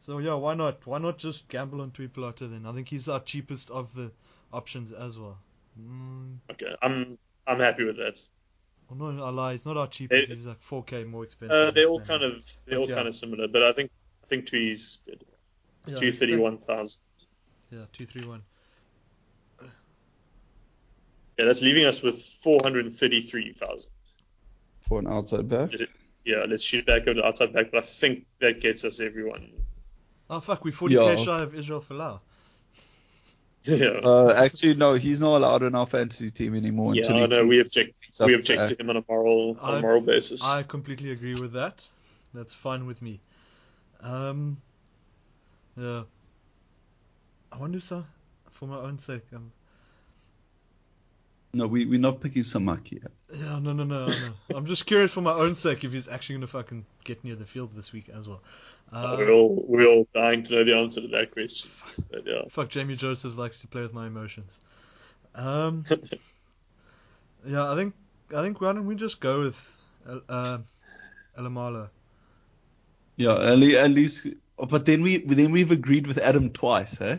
[SPEAKER 4] So yeah, why not? Why not just gamble on Tuipolata then? I think he's our cheapest of the options as well. Mm,
[SPEAKER 2] Okay. I'm I'm happy with that.
[SPEAKER 4] oh no, I lie. He's not our cheapest.
[SPEAKER 2] They-
[SPEAKER 4] he's like 4k more expensive.
[SPEAKER 2] Uh,
[SPEAKER 4] than
[SPEAKER 2] they're all
[SPEAKER 4] Sandman.
[SPEAKER 2] kind of they're all
[SPEAKER 4] Yeah.
[SPEAKER 2] kind of similar, but I think I think Tui's good.
[SPEAKER 4] yeah,
[SPEAKER 2] Two thirty one thousand.
[SPEAKER 4] Yeah, two three one.
[SPEAKER 2] Yeah, that's leaving us with four hundred and thirty three thousand.
[SPEAKER 1] for an outside back.
[SPEAKER 2] Yeah, let's shoot back over the outside back, but I think that gets us everyone. [LAUGHS]
[SPEAKER 4] Oh fuck, we're 40k
[SPEAKER 1] Yeah.
[SPEAKER 4] shy of Israel Folau.
[SPEAKER 2] yeah.
[SPEAKER 1] Uh, actually, no, he's not allowed in our fantasy team anymore.
[SPEAKER 2] Yeah,
[SPEAKER 1] until he
[SPEAKER 2] I know, we
[SPEAKER 1] keeps-
[SPEAKER 2] object-
[SPEAKER 1] keeps up
[SPEAKER 2] we
[SPEAKER 1] to
[SPEAKER 2] object
[SPEAKER 1] act.
[SPEAKER 2] to him on a moral on
[SPEAKER 4] I-
[SPEAKER 2] a moral basis.
[SPEAKER 4] I completely agree with that. That's fine with me. Um, yeah. I wonder if so, for my own sake. Um,
[SPEAKER 1] No, we we're not picking Samaki. yet.
[SPEAKER 4] Yeah, no, no, no, no. I'm just curious for my own sake if he's actually going to fucking get near the field this week as well. Uh,
[SPEAKER 2] we're all we're all dying to know the answer to that question. But, yeah.
[SPEAKER 4] Fuck, Jamie Joseph likes to play with my emotions. Um, yeah, I think I think why don't we just go with El- uh, Elamalo?
[SPEAKER 1] Yeah, at least, at least. oh, But then we then we've agreed with Adam twice,
[SPEAKER 2] [LAUGHS]
[SPEAKER 1] eh?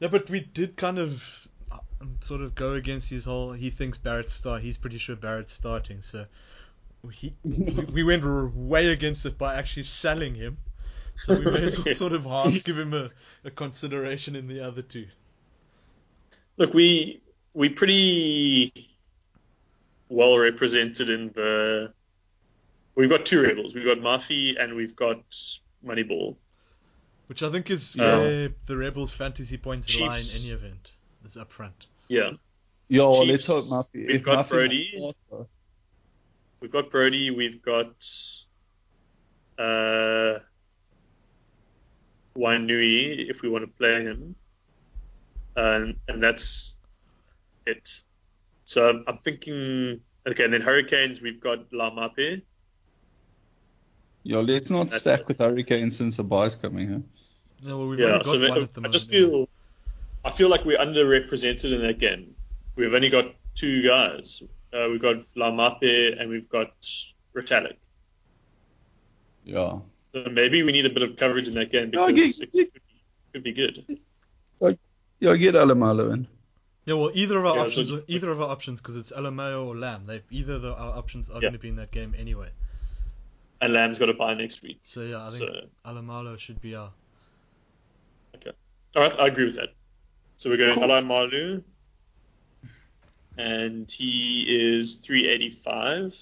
[SPEAKER 4] Yeah, but we did kind of uh, sort of go against his whole. He thinks Barrett's start. He's pretty sure Barrett's starting. So he we, we went r- way against it by actually selling him. [LAUGHS] So we may as
[SPEAKER 2] [LAUGHS]
[SPEAKER 4] well sort of half give him a, a consideration in the other two.
[SPEAKER 2] Look, we we pretty well represented in the. We've got two rebels. We've got Murphy and we've got Moneyball.
[SPEAKER 4] Which I think is
[SPEAKER 2] Oh.
[SPEAKER 4] where the Rebels' fantasy points
[SPEAKER 2] Chiefs.
[SPEAKER 4] lie in any event. Is up front.
[SPEAKER 2] Yeah,
[SPEAKER 1] Yo, let's
[SPEAKER 2] Chiefs,
[SPEAKER 1] hope Murphy.
[SPEAKER 2] we've
[SPEAKER 1] if
[SPEAKER 2] got
[SPEAKER 1] Murphy
[SPEAKER 2] Brody.
[SPEAKER 1] might start,
[SPEAKER 2] we've got Brody. We've got uh, Wainui if we want to play him, and and that's it. So I'm, I'm thinking. Okay, and then Hurricanes. We've got Lamape.
[SPEAKER 1] Yo, let's not
[SPEAKER 2] That's
[SPEAKER 1] stack
[SPEAKER 2] it.
[SPEAKER 1] with Hurricane since the buy's coming. Huh?
[SPEAKER 4] Yeah, well, we've
[SPEAKER 2] Yeah,
[SPEAKER 4] only got
[SPEAKER 2] so
[SPEAKER 4] one
[SPEAKER 2] that-
[SPEAKER 4] at
[SPEAKER 2] I
[SPEAKER 4] the moment.
[SPEAKER 2] just
[SPEAKER 4] yeah.
[SPEAKER 2] feel, I feel like we're underrepresented in that game. We've only got two guys. Uh, we've got Lamape and we've got Retallick.
[SPEAKER 1] Yeah.
[SPEAKER 2] So maybe we need a bit of coverage in that game
[SPEAKER 1] No,
[SPEAKER 2] because
[SPEAKER 1] get-
[SPEAKER 2] it could be, could be good.
[SPEAKER 1] Yo, get Alamalo in.
[SPEAKER 4] Yeah, well, either of our
[SPEAKER 2] Yeah, so-
[SPEAKER 4] options, either of our options, because it's Elameo or Lamb. They either of our options are
[SPEAKER 2] Yeah.
[SPEAKER 4] going to be in that game anyway.
[SPEAKER 2] And Lamb's got a buy next week.
[SPEAKER 4] So yeah, I think
[SPEAKER 2] So
[SPEAKER 4] Alamalo should be our
[SPEAKER 2] all right, I agree with that. So we're going
[SPEAKER 1] Cool.
[SPEAKER 2] Alan Malu, and he is 385.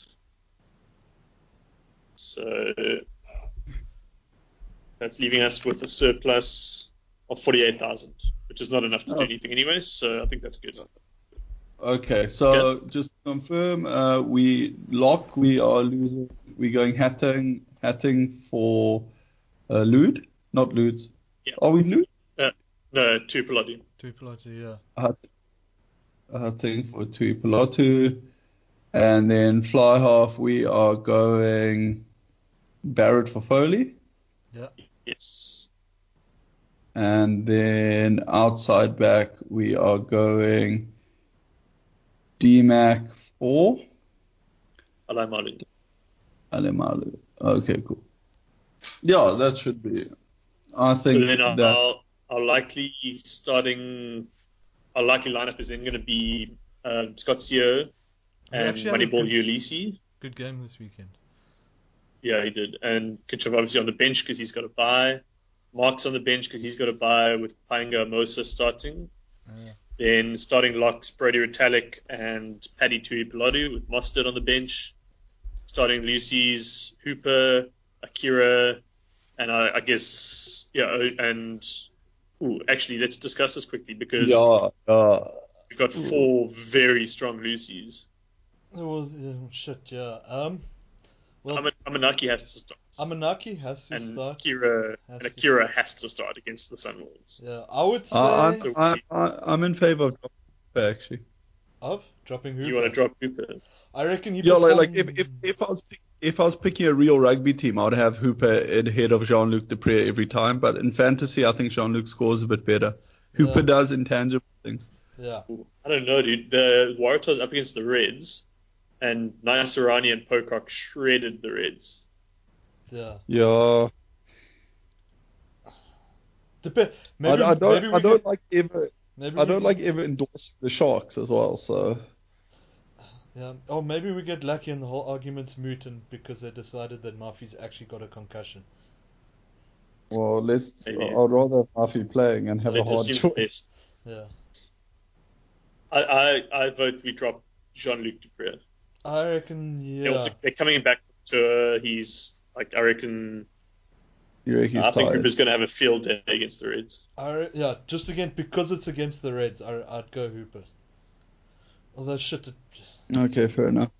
[SPEAKER 2] So that's leaving us with a surplus of 48,000, which is not enough to do
[SPEAKER 1] Oh.
[SPEAKER 2] anything anyway. So I think that's good.
[SPEAKER 1] Okay, so just to confirm, uh, we lock. We are losing. We're going hatting, hatting for uh, Lude, not Ludes.
[SPEAKER 2] Yeah.
[SPEAKER 1] Are we Lude?
[SPEAKER 2] No, two Palladium.
[SPEAKER 4] two plot. Yeah,
[SPEAKER 1] Hatting for Tuipolatu, and then fly half. We are going Barrett for Foley,
[SPEAKER 2] Yes.
[SPEAKER 1] and then outside back we are going DMAC for
[SPEAKER 2] Alan Malu.
[SPEAKER 1] Alemalu. Okay, cool. Yeah, that should be. I
[SPEAKER 2] So
[SPEAKER 1] think
[SPEAKER 2] then our,
[SPEAKER 1] that
[SPEAKER 2] our, our likely starting, our likely lineup is then going to be um, Scott Seo
[SPEAKER 4] We
[SPEAKER 2] and
[SPEAKER 4] actually haven't
[SPEAKER 2] Moneyball
[SPEAKER 4] picked-
[SPEAKER 2] Ulysses.
[SPEAKER 4] good game this weekend.
[SPEAKER 2] Yeah, he did. And Kitchev obviously on the bench because he's got a bye. Mark's on the bench because he's got a buy with Panga Mosa starting.
[SPEAKER 4] Yeah.
[SPEAKER 2] Then starting locks Brody Retallick and Paddy Tui Piladu with Mostert on the bench. Starting Lucy's Hooper, Akira, and I, I guess yeah, oh, and ooh, actually let's discuss this quickly because
[SPEAKER 1] Yeah, yeah.
[SPEAKER 2] we've got four very strong Lucy's.
[SPEAKER 4] Well, yeah, shit, yeah. Um, well,
[SPEAKER 2] Ama- Amanaki has to start.
[SPEAKER 4] Amanaki has to
[SPEAKER 2] and
[SPEAKER 4] start.
[SPEAKER 2] Akira and
[SPEAKER 4] Has to
[SPEAKER 2] Akira has to start against the Sunwolves.
[SPEAKER 4] Yeah, I would say
[SPEAKER 1] I,
[SPEAKER 2] So-
[SPEAKER 1] I'm, I, I, I'm in favor of Drogba, actually.
[SPEAKER 4] of dropping who?
[SPEAKER 2] You want to drop Hooper?
[SPEAKER 4] I reckon he.
[SPEAKER 1] Yeah, like, like if,
[SPEAKER 4] performed-
[SPEAKER 1] if, if I was pick, if I was picking a real rugby team, I'd have Hooper in ahead of Jean Luc Dupre every time. But in fantasy, I think Jean Luc scores a bit better. Hooper
[SPEAKER 4] Yeah.
[SPEAKER 1] does intangible things.
[SPEAKER 4] yeah,
[SPEAKER 2] I don't know, dude. The Waratahs up against the Reds, and Nyasarani and Pocock shredded the Reds.
[SPEAKER 4] yeah.
[SPEAKER 1] Yeah,
[SPEAKER 4] Dep- maybe,
[SPEAKER 1] I, I
[SPEAKER 4] maybe
[SPEAKER 1] don't
[SPEAKER 4] we
[SPEAKER 1] I don't
[SPEAKER 4] could-
[SPEAKER 1] like ever
[SPEAKER 4] maybe
[SPEAKER 1] I
[SPEAKER 4] we
[SPEAKER 1] don't
[SPEAKER 4] could-
[SPEAKER 1] like ever endorsing the Sharks as well. So
[SPEAKER 4] Yeah. Oh, maybe we get lucky and the whole argument's moot, and because they decided that Murphy's actually got a concussion.
[SPEAKER 1] well, let's.
[SPEAKER 2] Maybe.
[SPEAKER 1] I'd rather have Murphy playing and have
[SPEAKER 2] Let's
[SPEAKER 1] a hard
[SPEAKER 2] assume the
[SPEAKER 1] choice.
[SPEAKER 2] best.
[SPEAKER 4] Yeah.
[SPEAKER 2] I, I, I vote we drop Jean Luc Dupre.
[SPEAKER 4] I reckon. Yeah.
[SPEAKER 2] They're, also, they're coming back to uh, he's like I reckon
[SPEAKER 1] You reckon he's
[SPEAKER 2] I think
[SPEAKER 1] tired?
[SPEAKER 2] Hooper's going to have a field day against the Reds.
[SPEAKER 4] I re- yeah. Just again because it's against the Reds, I, I'd go Hooper. Although shit, it,
[SPEAKER 1] Okay, fair enough.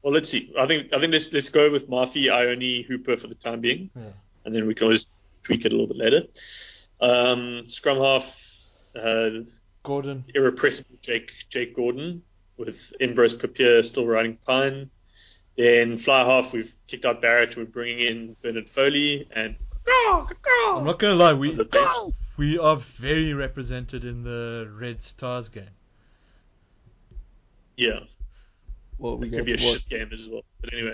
[SPEAKER 2] Well, let's see. I think I think let's let's go with Murphy, Ione, Hooper for the time being,
[SPEAKER 4] Yeah.
[SPEAKER 2] and then we can always tweak it a little bit later. Um, scrum half. Uh,
[SPEAKER 4] Gordon.
[SPEAKER 2] irrepressible Jake Jake Gordon with Ambrose Papier still riding pine. Then fly half, we've kicked out Barrett. We're bringing in Bernard Foley and
[SPEAKER 4] I'm not gonna lie, we
[SPEAKER 2] the bench.
[SPEAKER 4] we are very represented in the Red Stars game.
[SPEAKER 2] Yeah,
[SPEAKER 1] Well, we
[SPEAKER 2] it could be a shit game as well. But anyway,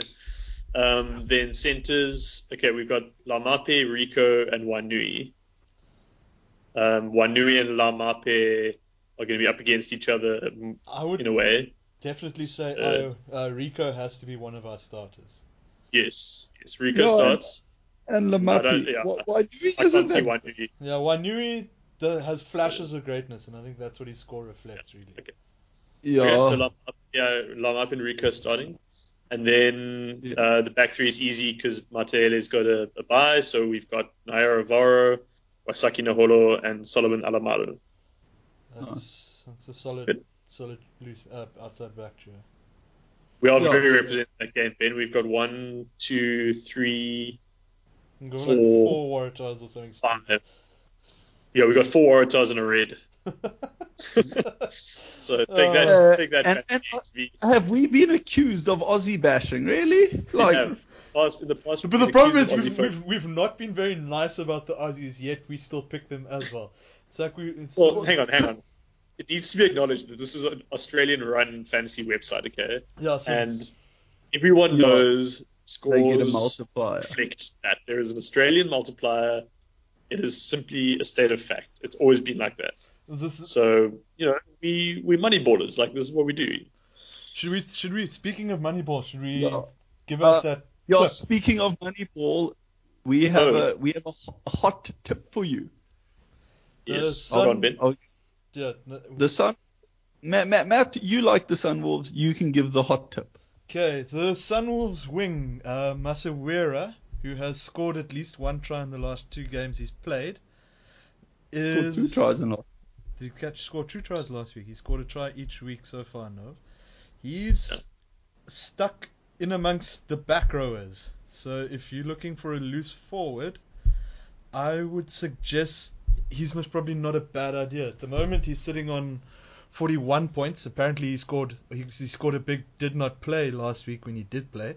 [SPEAKER 2] um, then centers. Okay, we've got Lamape, Rico, and Wanui. Um, Wanui and Lamape are going to be up against each other m-
[SPEAKER 4] I would
[SPEAKER 2] in a way.
[SPEAKER 4] definitely say
[SPEAKER 2] Uh,
[SPEAKER 4] oh, uh, Rico has to be one of our starters.
[SPEAKER 2] Yes, yes. Rico
[SPEAKER 1] No,
[SPEAKER 2] starts.
[SPEAKER 1] And
[SPEAKER 2] I don't-
[SPEAKER 1] Lamapi.
[SPEAKER 2] yeah.
[SPEAKER 1] Why, why do you
[SPEAKER 2] I
[SPEAKER 1] isn't
[SPEAKER 2] can't see
[SPEAKER 1] that?
[SPEAKER 2] Wanui.
[SPEAKER 4] Yeah, Wanui the, has flashes of greatness, and I think that's what his score reflects really.
[SPEAKER 1] Yeah.
[SPEAKER 2] Okay, so Lam up, yeah, Lam up and Rico starting. And then
[SPEAKER 1] Yeah.
[SPEAKER 2] uh, the back three is easy because Martele's got a, a bye. So we've got Naira Avaro, Wasaki Naholo, and Solomon Alamalo.
[SPEAKER 4] That's that's a solid
[SPEAKER 2] Good.
[SPEAKER 4] solid loose, uh, outside back trio.
[SPEAKER 2] We are
[SPEAKER 1] Yeah.
[SPEAKER 2] very represented in that game, Ben. We've got one, two, three,
[SPEAKER 4] Go like
[SPEAKER 2] Four.
[SPEAKER 4] four Waratahs or something.
[SPEAKER 2] five. Yeah, we've got four Waratahs and a red. [LAUGHS] so take that,
[SPEAKER 1] Uh,
[SPEAKER 2] take that.
[SPEAKER 1] and-
[SPEAKER 2] back,
[SPEAKER 1] and- uh,
[SPEAKER 2] PSV.
[SPEAKER 1] Have we been accused of Aussie bashing? Really? Like,
[SPEAKER 2] Yeah, past- in the past,
[SPEAKER 4] But
[SPEAKER 2] we've
[SPEAKER 4] the
[SPEAKER 2] been
[SPEAKER 4] problem is
[SPEAKER 2] accused of
[SPEAKER 4] we've,
[SPEAKER 2] Aussie folk.
[SPEAKER 4] we've, we've not been very nice about the Aussies yet. We still pick them as well. It's like we. It's
[SPEAKER 2] Well, hang on, hang on. It needs to be acknowledged that this is an Australian-run fantasy website, okay?
[SPEAKER 4] Yeah. So,
[SPEAKER 2] and everyone
[SPEAKER 1] Yeah.
[SPEAKER 2] knows
[SPEAKER 1] they get a [LAUGHS]
[SPEAKER 2] scores
[SPEAKER 1] multiplier.
[SPEAKER 2] reflect that there is an Australian multiplier. It is simply a state of fact. It's always been like that.
[SPEAKER 4] this is-
[SPEAKER 2] So you know, we we money ballers. Like this is what we do.
[SPEAKER 4] should we? Should we? Speaking of Moneyball, should we
[SPEAKER 1] Yeah.
[SPEAKER 4] give out
[SPEAKER 1] Uh,
[SPEAKER 4] that?
[SPEAKER 1] Yeah,
[SPEAKER 4] Clip.
[SPEAKER 1] speaking of Moneyball, we have
[SPEAKER 2] Oh.
[SPEAKER 1] a we have a ho- a hot tip for you.
[SPEAKER 2] Yes,
[SPEAKER 4] sun-
[SPEAKER 2] hold on, Ben.
[SPEAKER 4] Yeah. no-
[SPEAKER 1] The Sun, Matt, Matt, Matt you like the Sunwolves. You can give the hot tip.
[SPEAKER 4] Okay, the Sunwolves wing, uh, Masawira, who has scored at least one try in the last two games he's played,
[SPEAKER 1] Scored
[SPEAKER 4] is
[SPEAKER 1] two tries and not.
[SPEAKER 4] Did catch score two tries last week. He scored a try each week so far. No, he's stuck in amongst the back rowers. So if you're looking for a loose forward, I would suggest he's most probably not a bad idea. At the moment, he's sitting on 41 points. Apparently, he scored. He, he scored a big. Did not play last week when he did play,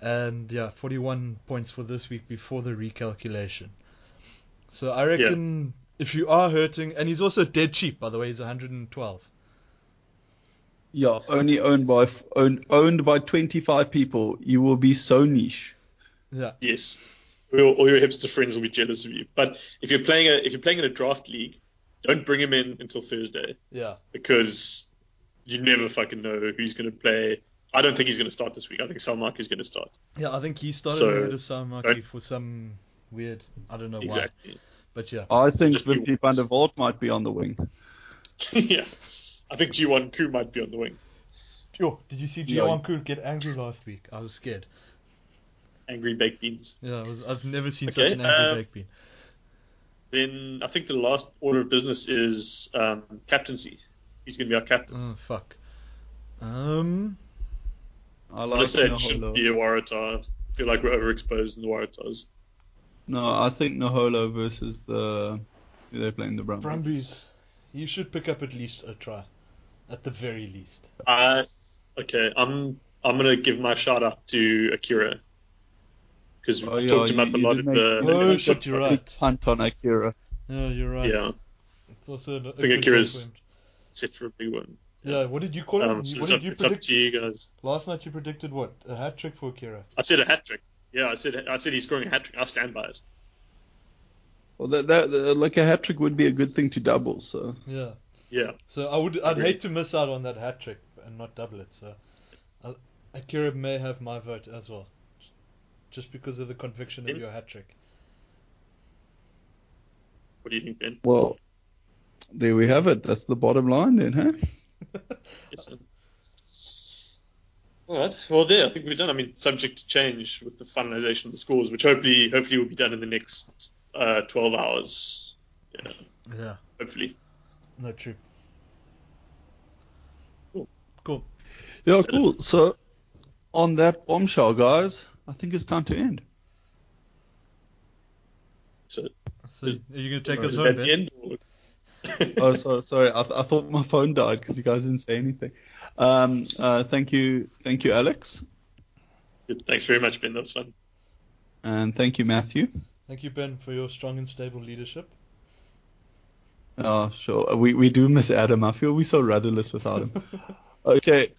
[SPEAKER 4] and yeah, 41 points for this week before the recalculation. So I reckon if you are hurting, and he's also dead cheap, by the way, he's 112.
[SPEAKER 1] Yeah, only owned by f- own, owned by 25 people. You will be so niche.
[SPEAKER 4] Yeah,
[SPEAKER 2] Yes, We all, all your hipster friends will be jealous of you. But if you're playing a if you're playing in a draft league, don't bring him in until Thursday
[SPEAKER 4] yeah.
[SPEAKER 2] because you never fucking know who's going to play. I don't think he's going to start this week. I think Salmark is going to start.
[SPEAKER 4] Yeah, I think he started
[SPEAKER 2] So-
[SPEAKER 4] ahead of Samaki
[SPEAKER 2] Right.
[SPEAKER 4] for some Weird. I
[SPEAKER 1] Oh,
[SPEAKER 4] don't know why.
[SPEAKER 2] Exactly. [LAUGHS]
[SPEAKER 4] But yeah.
[SPEAKER 1] I think
[SPEAKER 2] Just be
[SPEAKER 1] Vimpy van der Vaart might be on the wing.
[SPEAKER 2] yeah. I think G1 Ku might be on the wing.
[SPEAKER 4] Yo, did you see
[SPEAKER 1] Yeah.
[SPEAKER 4] Gio Anku get angry last week? I was scared.
[SPEAKER 2] Angry baked beans.
[SPEAKER 4] Yeah, I was, I've never seen
[SPEAKER 2] Okay,
[SPEAKER 4] such an angry
[SPEAKER 2] uh,
[SPEAKER 4] baked bean.
[SPEAKER 2] Then I think the last order of business is um, captaincy. He's going to be our captain.
[SPEAKER 4] Oh, fuck. Um,
[SPEAKER 1] I
[SPEAKER 2] I
[SPEAKER 1] like
[SPEAKER 2] just say it
[SPEAKER 1] Naholo.
[SPEAKER 2] shouldn't be a Waratah. I feel like we're overexposed in the Waratahs.
[SPEAKER 1] No, I think Naholo versus the who they playing the Brumbies.
[SPEAKER 4] Brumbies, you should pick up at least a try, at the very least.
[SPEAKER 2] I Uh, okay. I'm I'm gonna give my shout out to Akira because we
[SPEAKER 1] Oh, yeah,
[SPEAKER 2] talked him
[SPEAKER 1] you-
[SPEAKER 2] up a
[SPEAKER 1] you
[SPEAKER 2] lot
[SPEAKER 1] did
[SPEAKER 2] at
[SPEAKER 1] make-
[SPEAKER 2] the.
[SPEAKER 1] you did
[SPEAKER 4] Oh,
[SPEAKER 1] make
[SPEAKER 4] shit,
[SPEAKER 1] a
[SPEAKER 4] you're
[SPEAKER 1] big
[SPEAKER 4] right.
[SPEAKER 1] Punt on Akira.
[SPEAKER 4] Yeah, you're right.
[SPEAKER 2] Yeah,
[SPEAKER 4] It's also an, I
[SPEAKER 2] think Akira's- set for a big one.
[SPEAKER 4] Yeah, what did you call it?
[SPEAKER 2] Um, so
[SPEAKER 4] what
[SPEAKER 2] it's,
[SPEAKER 4] did
[SPEAKER 2] up,
[SPEAKER 4] you
[SPEAKER 2] it's up
[SPEAKER 4] predict?
[SPEAKER 2] to you guys.
[SPEAKER 4] Last night you predicted what? A hat trick for Akira.
[SPEAKER 2] I said a hat trick. Yeah, I said I said he's scoring a hat trick. I stand by it.
[SPEAKER 1] Well, that, that uh, like a hat trick would be a good thing to double. So
[SPEAKER 4] Yeah.
[SPEAKER 2] Yeah,
[SPEAKER 4] So I would, I'd
[SPEAKER 2] Agreed.
[SPEAKER 4] hate to miss out on that hat trick and not double it. So uh, Akira may have my vote as well, just because of the conviction of
[SPEAKER 2] Yeah.
[SPEAKER 4] your hat trick.
[SPEAKER 2] what do you think, Ben?
[SPEAKER 1] well, there we have it. That's the bottom line then, huh?
[SPEAKER 2] Yes, sir. all right. Well, there. I think we're done. I mean, subject to change with the finalization of the scores, which hopefully, hopefully, will be done in the next uh, 12 hours. Yeah,
[SPEAKER 4] Yeah.
[SPEAKER 2] hopefully.
[SPEAKER 4] No, true.
[SPEAKER 2] Cool.
[SPEAKER 4] Cool.
[SPEAKER 1] Yeah, cool. So on that bombshell, guys, I think it's time to end.
[SPEAKER 2] So,
[SPEAKER 4] So are you going to take us
[SPEAKER 2] is
[SPEAKER 4] home,
[SPEAKER 2] that the
[SPEAKER 4] Ben?
[SPEAKER 2] end? Or...
[SPEAKER 1] [LAUGHS] Oh, so, sorry. I, th- I thought my phone died because you guys didn't say anything. Um, uh, thank you, thank you, Alex,
[SPEAKER 2] [LAUGHS] Good. Thanks very much, Ben. That was fun.
[SPEAKER 1] and thank you, Matthew.
[SPEAKER 4] Thank you, Ben, for your strong and stable leadership.
[SPEAKER 1] Oh, sure. We we do miss Adam. I feel we're so rudderless without him. okay.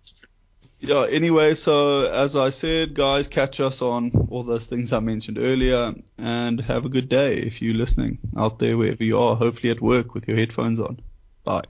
[SPEAKER 1] Yeah, anyway, so as I said, guys, catch us on all those things I mentioned earlier and have a good day if you're listening out there wherever you are, hopefully at work with your headphones on. Bye.